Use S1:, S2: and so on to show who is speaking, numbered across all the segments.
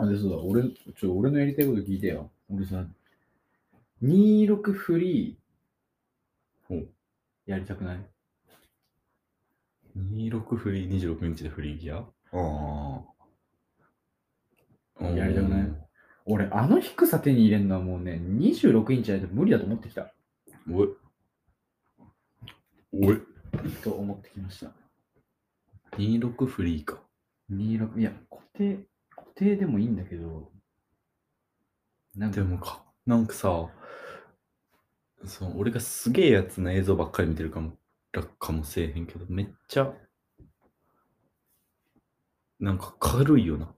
S1: あ、で、そうだ、俺、ちょ、俺のやりたいこと聞いてよ。俺さ、26フリ
S2: ほ
S1: ー
S2: う、
S1: やりたくない
S2: 26フリー、26日でフリーギアああ。
S1: やりたくない俺、あの低さ手に入れるのはもうね、26インチないと無理だと思ってきた。
S2: おい。おい。
S1: と思ってきました。
S2: 26フリーか。
S1: 26、いや、固定、固定でもいいんだけど、なん
S2: で
S1: か、
S2: もか、なんかさ、そう俺がすげえやつの映像ばっかり見てるかも、楽かもせえへんけど、めっちゃ、なんか軽いよな、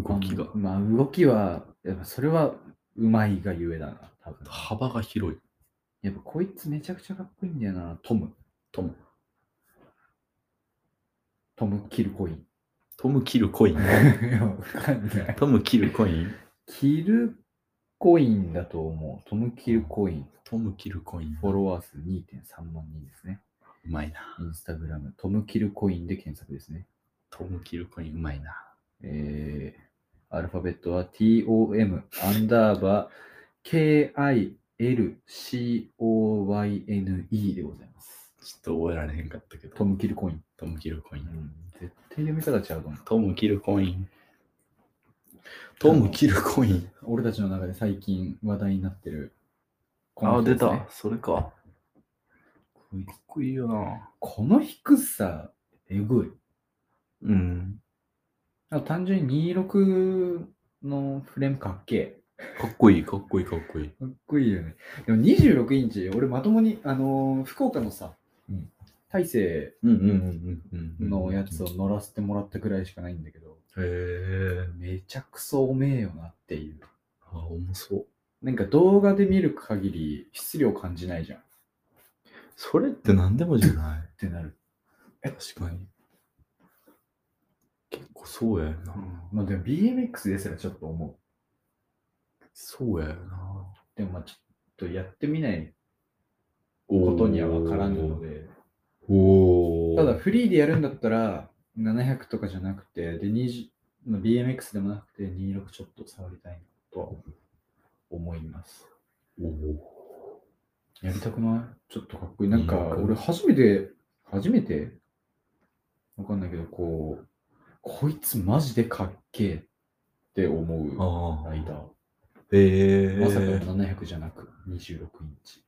S2: 動きが
S1: あ。まあ、動きは、やっぱそれは、うまいがゆえだな、多分。
S2: 幅が広い。
S1: やっぱこいつめちゃくちゃかっこいいんだよな、トム。
S2: トム。
S1: トムキルコイン。
S2: トムキルコイン
S1: い。や、わかんない。
S2: トムキルコイン
S1: キルコインだと思う。トムキルコイン。
S2: トムキルコイン。
S1: フォロワー数2.3万人ですね。
S2: うまいな。
S1: インスタグラム、トムキルコインで検索ですね。
S2: トムキルコインうまいな。
S1: えー、アルファベットは TOM アンダーバー KILCOYNE でございます。
S2: ちょっと覚えられへんかったけど、
S1: トムキルコイン。
S2: トムキルコイ
S1: う
S2: ン。
S1: ん、絶対読み方違うと思う。
S2: トムキルコイン。トムキルコイン。
S1: 俺たちの中で最近話題になってる。こ
S2: あ
S1: の
S2: あ、
S1: 人
S2: 出
S1: ですね
S2: た。それか。かっこいいよな。
S1: この低さ、えぐい。
S2: うん。
S1: あ単純に26のフレームかっけえ。
S2: かっこいい、かっこいい、かっこいい。
S1: かっこいいよね。でも26インチ、俺まともに、あのー福岡のさ、
S2: うん
S1: 大勢
S2: うんうんうんうん
S1: のやつ
S2: を。
S1: を乗らせてもらったぐらいしかないんだけど、
S2: へえ。
S1: めちゃくそおめえよなっていう。
S2: あ、重そう。
S1: なんか動画で見る限り質量感じないじゃんっ
S2: それって何でもじゃない。
S1: てなる。
S2: 確かに。結構そうやよな。
S1: まあでも BMX ですらちょっと思
S2: そうやよな。
S1: う。でもまあちょっとやってみないこ
S2: こと
S1: にはわからんの
S2: で。
S1: で、
S2: おお。
S1: ただ、フリーでやるんだったら700とかじゃなくて、で20の BMX でもなくて26ちょっと触りたいなとは思います。
S2: おお。
S1: やりたくないちょっとかっこいい。なんか
S2: 26
S1: 俺初めて、初めてわかんないけど、こう、こいつマジでかっけえって思う
S2: あ
S1: ライダ
S2: あ。
S1: ー。
S2: ええ。
S1: まさかの700じゃなく26インチ。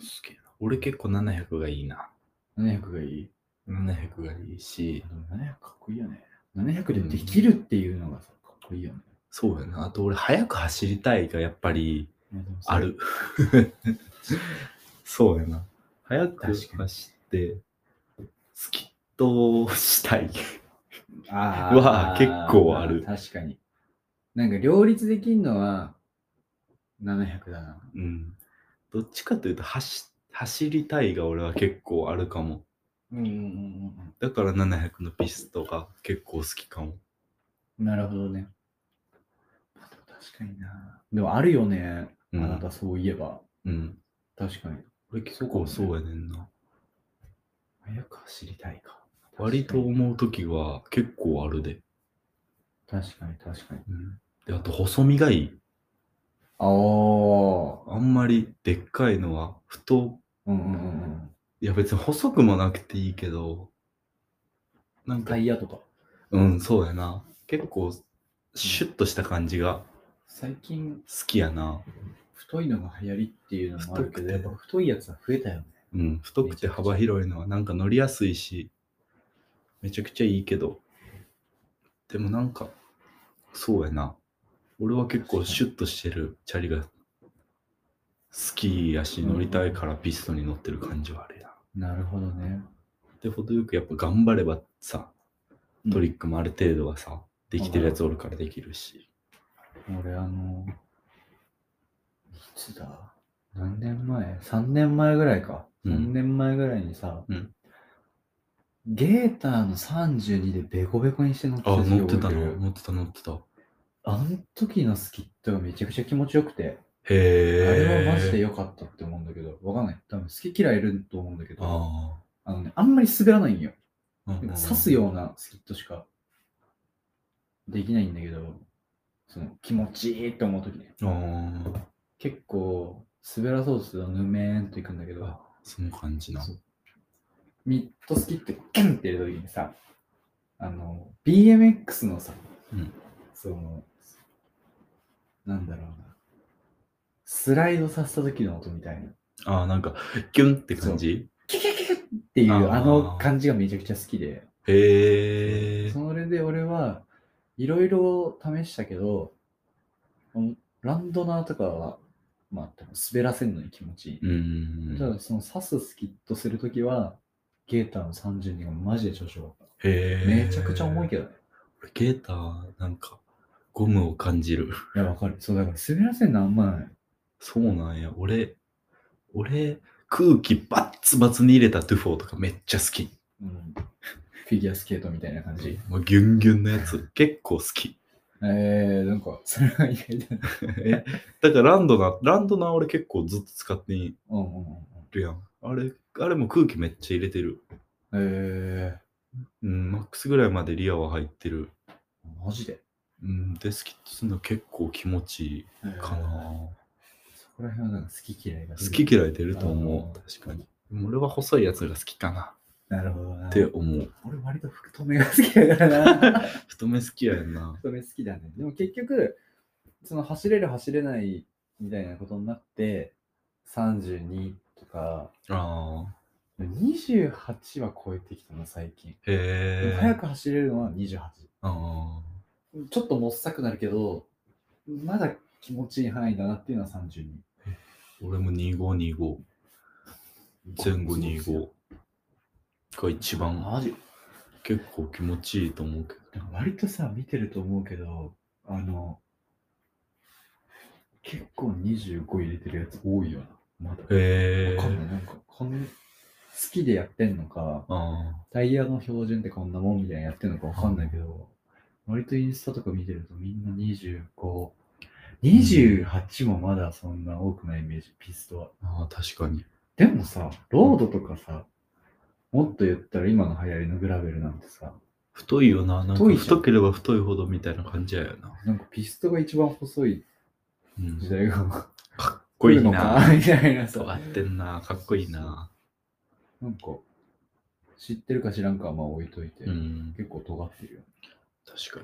S2: すげえな。俺結構700がいいな。
S1: 700がいい
S2: 700がいいし
S1: で、も ?700 かっこいいよね。700でできるっていうのがさ、かっこいいよね。
S2: そうやな。あと俺、早く走りたいがやっぱり
S1: いやでもさ
S2: ある。 そうやな。早く
S1: 確かに
S2: 走って、スキットしたい。
S1: あー
S2: は結構ある
S1: 確かに。なんか両立できんのは700だな。
S2: うん。どっちかというと、走走りたいが俺は結構あるかも。
S1: うんうんうん
S2: だから700のピストが結構好きかも。
S1: うん。なるほどね。まあでも確かにな。でもあるよね。あ
S2: う。
S1: なんたそういえば。
S2: うん、
S1: 確かに。
S2: 俺結構そうやねんな。
S1: 早く走りたいか。
S2: 割と思うときは結構あるで。
S1: 確かに確かに。
S2: うん、であと細身がいい。
S1: ああ。う
S2: あんまりでっかいのは太
S1: んうんうんうん。
S2: いや別に細くもなくていいけどなんか
S1: タイヤとか。
S2: うんそうやな結構シュッとした感じが
S1: 最近
S2: 好きやな
S1: 太いのが流行りっていうのもあるけど、
S2: 太
S1: やっ
S2: く
S1: てぱ太いやつは増えたよね。
S2: うん太くて幅広いのはなんか乗りやすいしめちゃくちゃいいけどでもなんかそうやな俺は結構シュッとしてるチャリが好きやし乗りたいからピストンに乗ってる感じはあれな
S1: なるほどね。
S2: で、程よくやっぱ頑張ればさ、トリックもある程度はさ、できてるやつおるからできるし。
S1: 俺あの、いつだ何年前 ?3 年前ぐらいか。
S2: う
S1: 3
S2: ん
S1: 年前ぐらいにさ、
S2: うん
S1: ゲーターの32でベコベコにして乗って
S2: あ、
S1: た時
S2: 乗って
S1: 覚
S2: た
S1: える
S2: の乗ってた乗ってた。へ
S1: あの時のスキットがめちゃくちゃ気持ちよくて、あ
S2: え。
S1: れはマジで良かったって思うんだけど、わかんない。多分好き嫌いいると思うんだけど、あ
S2: あ
S1: のね、あんまり滑らないんよ。
S2: あ。うんうん
S1: 刺すようなスキットしかできないんだけど、その気持ちいいって思うときね。
S2: あー
S1: 結構、滑らそうとするとぬめーんといくんだけど
S2: あ、その感じな
S1: そうミッドスキってキュンって入れたときにさ、あの、BMX のさ、
S2: うん
S1: その、なんだろうな、スライドさせた時の音みたいな、っ
S2: ああなんかキュンって感じ
S1: ていう
S2: あー
S1: あの感じがめちゃくちゃ好きで、
S2: へえ
S1: それで俺はいろいろ試したけど、うんランドナーとかは、まあ、多分滑らせるのに気持ちいい。
S2: うん
S1: ただ、その刺すスキッとするときは、ゲーターの32がマジで調子良かっ
S2: へ
S1: た。
S2: え
S1: めちゃくちゃ重いけどね。
S2: 俺ゲーターなんかゴムを感じる
S1: いや、わかる。そう、だから滑らせるのあんまない。
S2: そうなんや俺俺空気バッツバツに入れたトゥフォーとかめっちゃ好き
S1: うん、フィギュアスケートみたいな感じ。
S2: もうギュンギュンのやつ結構好き
S1: えー、なんか、それは意外だな。
S2: えだからランドナランドナ俺結構ずっと使ってい
S1: うんうん
S2: るやんあれあれも空気めっちゃ入れてる
S1: うん。え
S2: うんマックスぐらいまでリアは入ってる
S1: ー、マジで、
S2: うんでスキッとするの結構気持ちいい
S1: えー
S2: かな、
S1: そこら辺はなんか好き嫌いが出る。
S2: 好き嫌い出ると思
S1: あ
S2: う。確かに。でも俺は細いやつが好きかな
S1: なるほどな。
S2: って思う。
S1: 俺割と太めが好きだからな。
S2: 太め好きやんな。
S1: 太め好きだね。でも結局、その走れる走れないみたいなことになって、32とか、
S2: ああ。
S1: 28は超えてきたな、最近。
S2: へえ。
S1: 早く走れるのは28。
S2: あ
S1: ちょっともっさくなるけど、まだ気持ちいい範囲だなっていうのは32。
S2: ー俺も2525。前後25。が一番
S1: マジ
S2: 結構気持ちいいと思うけど。
S1: なんか割とさ、見てると思うけど、あの、結構25入れてるやつ多いよな。まだ。
S2: へえ
S1: わ。かんない。なんか、こん好きでやってんのか、
S2: あ
S1: タイヤの標準ってこんなもんみたいなやってるのかわかんないけど、割とインスタとか見てるとみんな25、28もまだそんな多くないイメージ、ピストは。
S2: ーあー。確かに。
S1: でもさ、ロードとかさ、もっと言ったら今の流行りのグラベルなんてさ、
S2: 太いよな。なんか
S1: 太いじゃん
S2: 太ければ太いほどみたいな感じやよな。
S1: なんかピストが一番細い
S2: うん。
S1: 時
S2: かっ
S1: 代が
S2: こいい
S1: のか
S2: な。
S1: みたいな
S2: そう合
S1: さ
S2: っ、てんな。かっこいいな。
S1: なんか知ってるか知らんかはまあ置いといて、
S2: うん。
S1: 結構尖ってるよね。
S2: 確か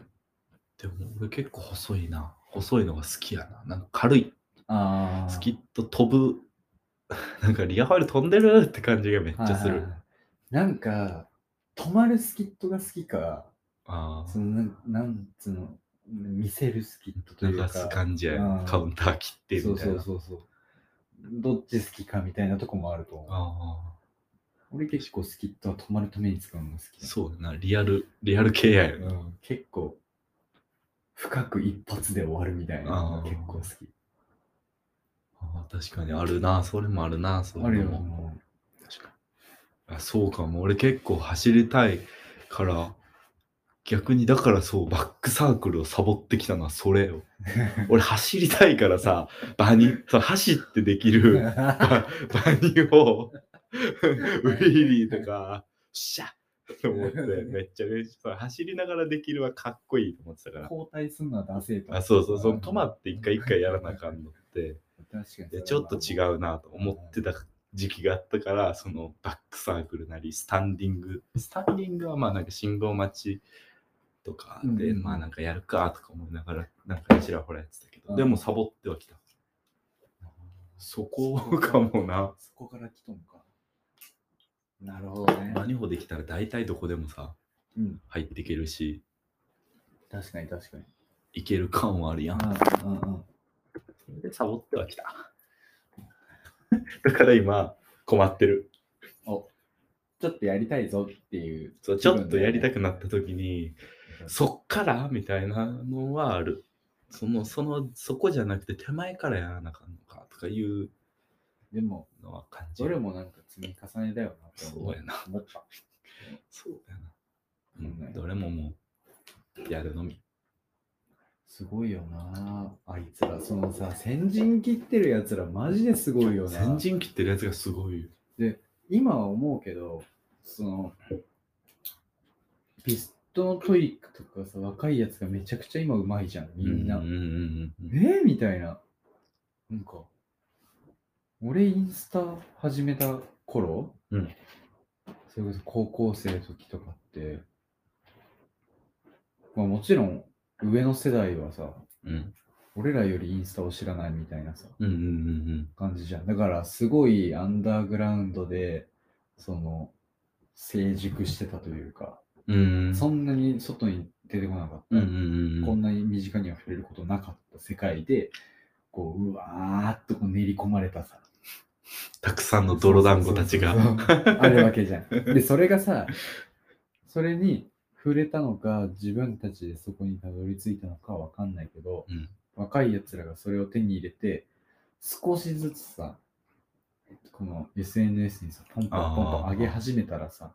S2: に。でも俺結構細いな。細いのが好きやな。なんか軽い。
S1: あ
S2: スキッと飛ぶ。 なんかリアファイル飛んでるって感じがめっちゃ
S1: はい
S2: する
S1: はい。はいなんか、止まるスキットが好きか、
S2: あ
S1: そのなんなんつうの、見せるスキット
S2: あ。
S1: という
S2: 流
S1: か、
S2: す感じや
S1: あー
S2: カウンター切って
S1: そう
S2: みたい
S1: そ
S2: な。
S1: うそうそう。どっち好きかみたいなとこもあると思う。
S2: あ
S1: 俺結構スキットは止まるために使うのが好
S2: あ。
S1: き
S2: そうだな。リアル、リアル系やよ
S1: う
S2: な。
S1: ん、結構、深く一発で終わるみたいなのが結構好き。
S2: ああ確かにあるな。それもあるな。そ
S1: あ
S2: れ
S1: るよ、
S2: も。
S1: も
S2: 確かに。あそうかも。俺結構走りたいから、逆にだからそう、バックサークルをサボってきたのはそれよ。俺走りたいからさ、バニ、そう走ってでき
S1: う。
S2: るバ
S1: あ
S2: バニを、 ウィリーとか、シャッと思って、めっちゃ練習そう走りながらできるはかっこいいと思ってたから。
S1: 交代するのはダセーと。
S2: あそうそう、その止まって一回一回やらなあかんのって、
S1: 確かに
S2: いやちょっと違
S1: う。
S2: うなと思ってた時期があったから、そのバックサークルなり、スタンディング、スタンディングはまあなんか信号待ちとかで、
S1: うん
S2: まあなんかやるかとか思いながら、なんかちらほらやってたけど、
S1: うん
S2: でもサボってはきた。そこかもな。
S1: そこから来とんか。なるほどね。
S2: 何歩できたら大体どこでもさ、
S1: うん、
S2: 入っていけるし、
S1: 確かに確かに。
S2: いける感はあるやん。
S1: うんうんうん。
S2: それでサボってはきた。 だから今、困ってる。
S1: ちょっとやりたいぞっていう。
S2: そうちょっとやりたくなった時に、そっからみたいなのはある。その、その、そこじゃなくて手前からやらなあかんのかとかいう
S1: でも、
S2: のは感じ
S1: どれ
S2: る。
S1: もなんか積み重ねだよなって思
S2: そうやな。
S1: 思った。
S2: そうやな。う
S1: うん
S2: ん、どれももう、やるのみ。
S1: すごいよな。あいつら、そのさ、先陣切ってるやつら、マジですごいよな。
S2: 先陣切ってるやつがすごいよ。
S1: 今は思うけど、その、ピストのトイックとかさ、若いやつがめちゃくちゃ今うまいじゃん、みんな。
S2: うんうんうんうんうん
S1: えーみたいな。なんか、俺インスタ始めた頃、
S2: うん
S1: それこそ高校生の時とかって、まあもちろん上の世代はさ、
S2: うん
S1: 俺らよりインスタを知らないみたいなさ、
S2: うんうん
S1: 感じじゃん。だからすごいアンダーグラウンドで、その、成熟してたというか、
S2: うんうんうん
S1: そんなに外に出てこなかった。
S2: うんうんうん
S1: こんなに身近には触れることなかった世界で、こう、うわーっとこう練り込まれたさ。
S2: たくさんの泥団子たちが。
S1: そうそうそうあるわけじゃん。で、それがさ、それに触れたのか、自分たちでそこにたどり着いたのかはわかんないけど、
S2: うん
S1: 若いやつらがそれを手に入れて、少しずつさ、この SNS にさ、ポンポンポンポン上げ始めたらさ、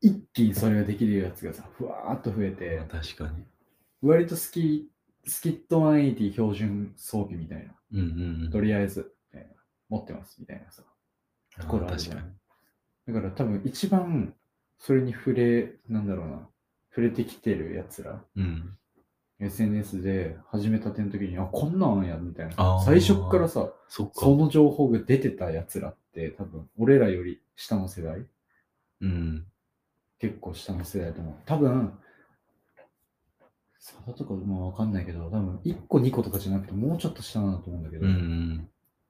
S1: 一気にそれができるやつがさ、ふわーっと増えて、
S2: 確かに。
S1: 割とスキスキット180標準装備みたいな。
S2: うんうんう
S1: と
S2: ん。
S1: りあえず、みたいな持ってますみたいなさ。
S2: あ
S1: ころある
S2: 確
S1: じゃん
S2: かに。
S1: だから多分一番それに触れ、なんだろうな、触れてきてるやつら、
S2: うん。
S1: SNS で始めたての時に、あ、こんなんや、みたい
S2: あ
S1: な。
S2: ー
S1: 最初からさ、
S2: そっ
S1: そ
S2: か。
S1: の情報が出てたやつらって、多分俺らより下の世代
S2: うん。
S1: 結構下の世代だと思う。多分、差とかもわかんないけど、多分1個2個とかじゃなくてもうちょっと下なんだと思うんだけ
S2: うん
S1: ど、
S2: うん。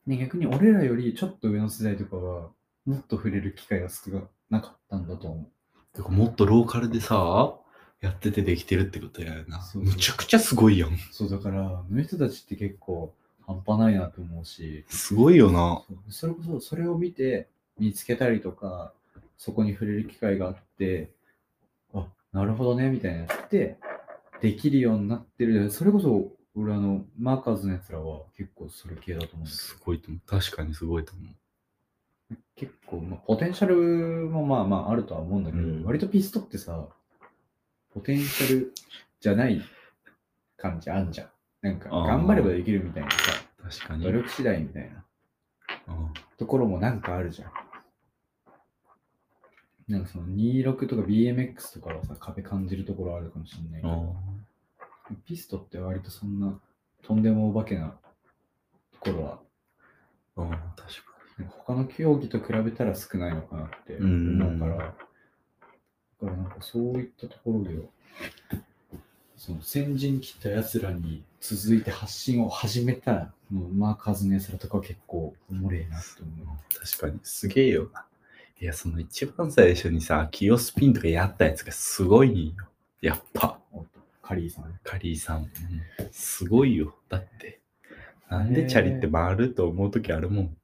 S1: ね、逆に俺らよりちょっと上の世代とかは、もっと触れる機会が少なかったんだと思
S2: てかもっとローカルでさ、やっててできてるってことやよな。
S1: そうそう
S2: むちゃくちゃすごいやん
S1: う。。そうだから、あの人たちって結構半端ないなと思うし、
S2: すごいよな。
S1: そうそれこそそれを見て見つけたりとか、そこに触れる機会があって、あ、なるほどね、みたいなやって、できるようになってる。それこそ、俺あの、マーカーズのやつらは結構それ系だと思うんです
S2: すごいと思う。確かにすごいと思う。
S1: 結構、まあ、ポテンシャルもまあまああるとは思うんだけど、
S2: うん
S1: 割とピストってさ、ポテンシャルじゃない感じあんじゃん。なんか、
S2: あー
S1: 頑張ればできるみたいなさ、
S2: 確かに。
S1: 努力次第みたいな
S2: うん
S1: ところもなんかあるじゃん。なんかその26とか BMX とかはさ、壁感じるところあるかもしれないけ
S2: あ
S1: ど、ピストって割とそんな、とんでもお化けなところは、
S2: あああ確か
S1: 他の競技と比べたら少ないのかなって思うから、
S2: うん
S1: だからなんかそういったところでは、その先陣切ったやつらに続いて発信を始めたのマーカーズのやつらとかは結構おもれえなと思う。
S2: に。確かに。すげえよな。いや、その一番最初にさ、キヨスピンとかやったやつがすごいよ。やっぱ、
S1: おっとカリーさん。
S2: カリーさん。すごいよ。だって。なんでチャリって回ると思うときあるもん。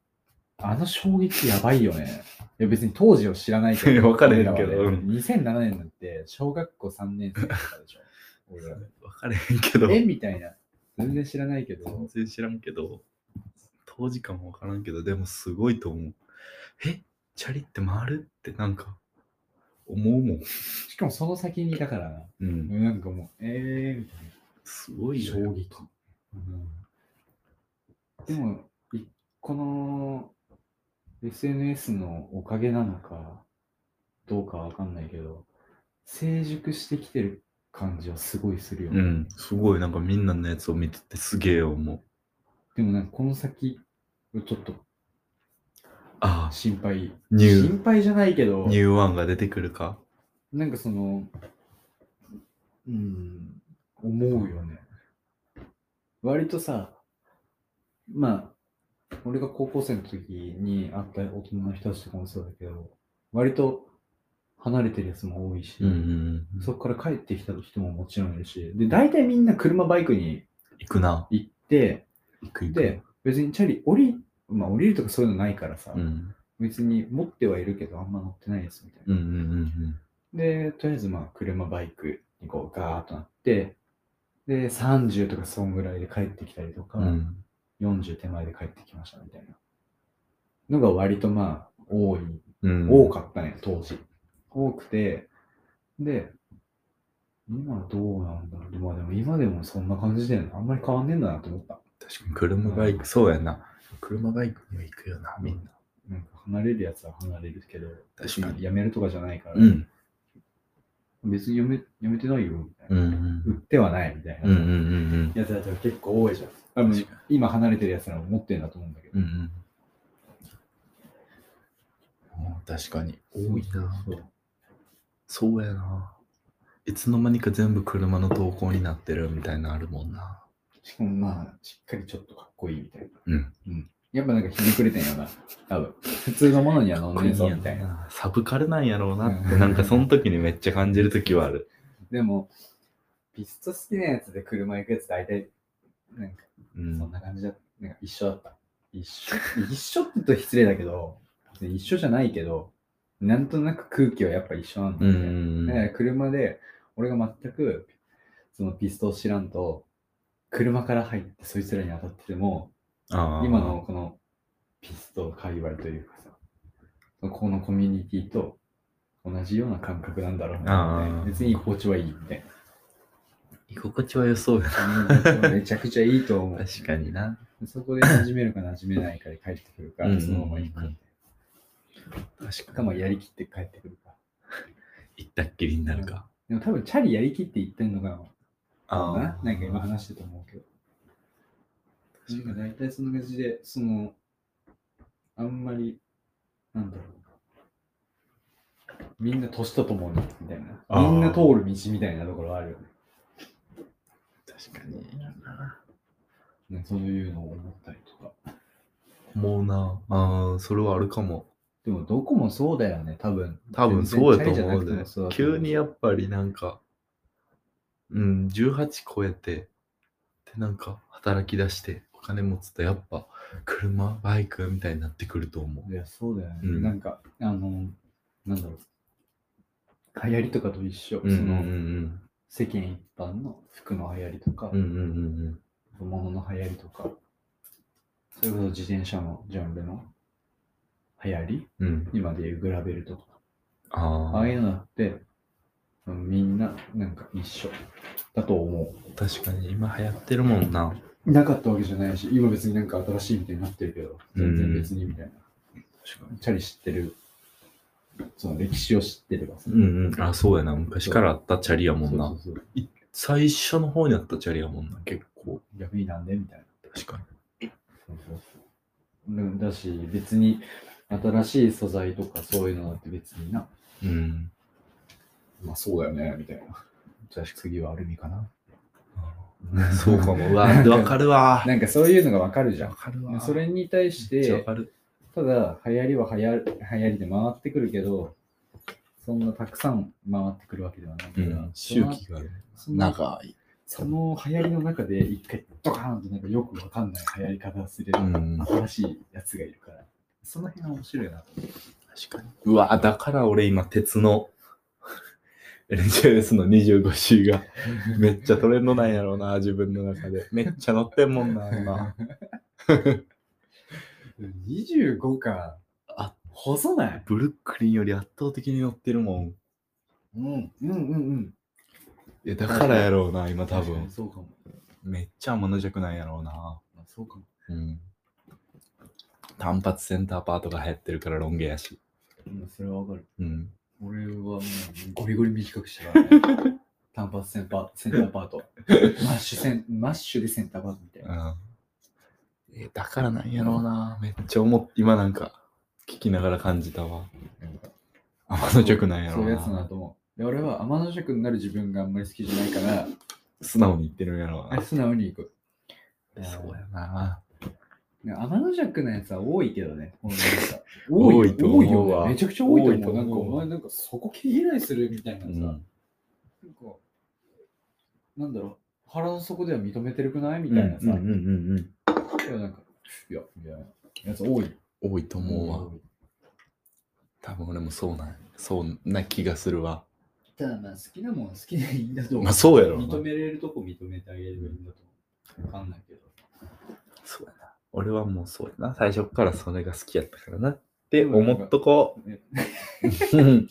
S1: あの衝撃やばいよね。いや別に当時を知らないけど。
S2: わかれへんけど
S1: 俺らはね
S2: う
S1: 2007年なんて小学校3年生とか でしょ。俺ら
S2: わかれへんけど。
S1: えみたいな。全然知らないけど。
S2: 全然知らんけど、当時かもわからんけど、でもすごいと思う。えチャリって回るってなんか、思うもん。
S1: しかもその先にいたからな。
S2: うん。
S1: なんかもう、えーみたいな。
S2: すごいよ。やっ
S1: 撃
S2: ぱ。
S1: でも、いこの SNS のおかげなのか、どうかわかんないけど、成熟してきてる感じはすごいするよ、
S2: う
S1: ね
S2: ん、すごいなんかみんなのやつを見ててすげえ思う。
S1: でもなんかこの先、ちょっと
S2: あ
S1: 心配。
S2: あ、ニュ
S1: 心配じゃないけど
S2: ー、、ニューワンが出てくるか。
S1: なんかその、うん、思うよね。割とさ、まあ、俺が高校生の時に会った大人の人たちとかもそうだけど、割と離れてるやつも多いし、
S2: うんうんうん。
S1: そこから帰ってきた人ももちろんいるし、で、大体みんな車バイクに
S2: 行くな。
S1: 行って、
S2: 行く行く。
S1: で、別にチャリ降り、まあ降りるとかそういうのないからさ、
S2: うん。
S1: 別に持ってはいるけどあんま乗ってないですみたいな。
S2: うんうんうん
S1: で、とりあえずまあ車、バイクにこうガーッとなって、で、30とかそんぐらいで帰ってきたりとか、
S2: うん。うん。
S1: 40手前で帰ってきましたみたいなのが割とまあ多い、
S2: うん、
S1: 多かったね、当時。多くて、で、今どうなんだろう。まあでも今でもそんな感じで、あんまり変わんねえんだなと思った。
S2: 確かに車バイク、そうやな。車バイクには行くよな、みんな。
S1: なんか離れるやつは離れるけど、
S2: 確かに
S1: 別やめるとかじゃないから、
S2: うん。
S1: 別に読め読めてないよ、みたいな。
S2: うん
S1: 売ってはない、みたい
S2: うんうんうんう
S1: な。
S2: ん
S1: やつだと結構多いじゃん。多
S2: 確
S1: 分
S2: かに、
S1: 今離れてるやつらも持ってるんだと思うんだけど。
S2: うんうんあー確かに多いな
S1: そう
S2: そうやないつの間にか全部車の投稿になってるみたいなのあるもんな
S1: しかもまあ、しっかりちょっとかっこいいみたいな。
S2: うん。
S1: やっぱなんかひねくれてんよな。多分。普通のものには飲んねえぞ、みたいな。
S2: なサブカルなんやろうなって
S1: うん
S2: なんかその時にめっちゃ感じる時はある、
S1: でも、ピスト好きなやつで車行くやつ大体、なんか、
S2: うん
S1: そんな感じだなんか一緒だった。一緒。一緒って言うと失礼だけど、別に一緒じゃないけど、なんとなく空気はやっぱ一緒なんだ
S2: うん
S1: よ
S2: う
S1: ね。
S2: ん
S1: だから車で、俺が全くそのピストを知らんと、車から入ってそいつらに当たってても、
S2: あー
S1: 今のこのピスト界隈というかさ、ここのコミュニティと同じような感覚なんだろうな
S2: あ
S1: っ
S2: ー
S1: て、別に居心地はいいみたい
S2: 居心地は良そうやな
S1: な。 めちゃくちゃいいと思
S2: 確かにな
S1: う。そこで馴染めるか馴染めないかで帰ってくるか
S2: うんうんう、ん
S1: そのまま行くか。
S2: 確
S1: か
S2: か
S1: まあ
S2: に
S1: やりきって帰ってくるか。
S2: 行ったっきりになるか、
S1: でも多分チャリやりきって行ってんのかも
S2: あ
S1: な。
S2: ー
S1: なんか今話してたと思うけど。
S2: 確か
S1: なん
S2: に
S1: か大体そんな感じで、その、あんまり、なんだろう。みんな年とともに、みたい
S2: あ
S1: な。
S2: ー
S1: みんな通る道みたいなところあるよね。
S2: 確かに
S1: ねそういうのを思ったりとか。
S2: もうなあーそれはあるかも
S1: でも、どこもそうだよね、多分。
S2: 多分そうや
S1: 全然
S2: と
S1: チャリじゃな
S2: 思う
S1: くて
S2: ね
S1: もそうだと思
S2: 急にやっぱりなんかうん18超えてでなんか働き出してお金持つとやっぱ車バイクみたいになってくると思
S1: いや、そうだよね。
S2: うん
S1: なんか、あの、なんだろう。流行りとかと一緒。
S2: ううんうん
S1: その世間一般の服の流行りとか、
S2: うんうんうんうん
S1: 物の流行りとか、それこそ自転車のジャンルの流行り、
S2: うんうん
S1: 今でいうグラベルとか、あ
S2: あ
S1: あいうのだって、うんみんななんか一緒だと思
S2: あ確かに今流行ってるもんな
S1: う。なかったわけじゃないし、今別になんか新しいみたいになってるけど、全然別にみたいな。
S2: 確かに
S1: チャリ知ってる、その歴史を知ってればさ。
S2: うんうんあそうやな昔からあったチャリやもん
S1: そ
S2: な
S1: うそうそう
S2: 最初の方にあったチャリやもんな結構
S1: 逆になんでみたいな。
S2: 確かに
S1: そうそうそううんだし、別に新しい素材とかそういうのだって別にな。
S2: うん
S1: まあそうだよね、みたいな。じゃあ次はアルミかな。
S2: そうかもうわわかる わ
S1: なんかそういうのがわかるじゃ
S2: わかる
S1: ん。
S2: わ
S1: それに対し
S2: めっちゃわ
S1: て、
S2: かる
S1: ただ流行りは流行る流行りで回ってくるけど、そんなたくさん回ってくるわけではないから、その
S2: がある
S1: その
S2: い
S1: その流行りの中で一回ドカーンとなんかよくわかんない流行り方をする
S2: うん
S1: 新しいやつがいるから、その辺は面白いな。
S2: 確かにうわだから俺今鉄の LJS の25 c がめっちゃトレンドなんやろうな自分の中でめっちゃ乗ってんもんな今
S1: 25か。
S2: あ、
S1: 細ない。
S2: ブルックリンより圧倒的に乗ってるもん
S1: うん、うん、うん、うん。
S2: いやだからやろうな今多
S1: 確か
S2: 分
S1: にそうかも。
S2: めっちゃ天の弱なんやろうな
S1: あそうかも。
S2: うん単発センターパートが流行ってるからロン毛やし
S1: うん、それはわかる。
S2: うん
S1: 俺はもうゴリゴリ短くしたから、 ね、単発センターセンターパート。マッシュセン、マッシュでセンターパートみたいな。
S2: うんえだからなんやろうな、めっちゃ思って今なんか聞きながら感じたわ天の直なんや
S1: そ
S2: ろ
S1: うういう
S2: な
S1: やつだと思う。で、俺は天の尺になる自分があんまり好きじゃないから、
S2: 素直に言ってるんやろう
S1: あ
S2: な
S1: 素直に行く。
S2: そうやな
S1: ね天の尺のやつは多いけどね。ほんとにさ
S2: 多いと思う
S1: 多いよね。めちゃくちゃ多いと思う。
S2: 多いと思う
S1: なんかお前なんかそこ毛嫌いするみたいなさ、
S2: う
S1: なんか
S2: ん、
S1: なんだろう。腹の底では認めてるくないみ
S2: うんうん
S1: たいなさ。
S2: うんうん
S1: いや、なんか、いや、みたいなやつ多い。
S2: うん多いと思うわ、
S1: ん
S2: 多分俺もそうなんそうな気がするわ
S1: ただまあ好きなもんは好きでいいんだと思う。
S2: まあそうやろうな
S1: 認めれるとこ認めてあげればいいんだと思う。わかんないけど。
S2: そうやな俺はもうそうや な最初っからそれが好きやったからなって思っとこううん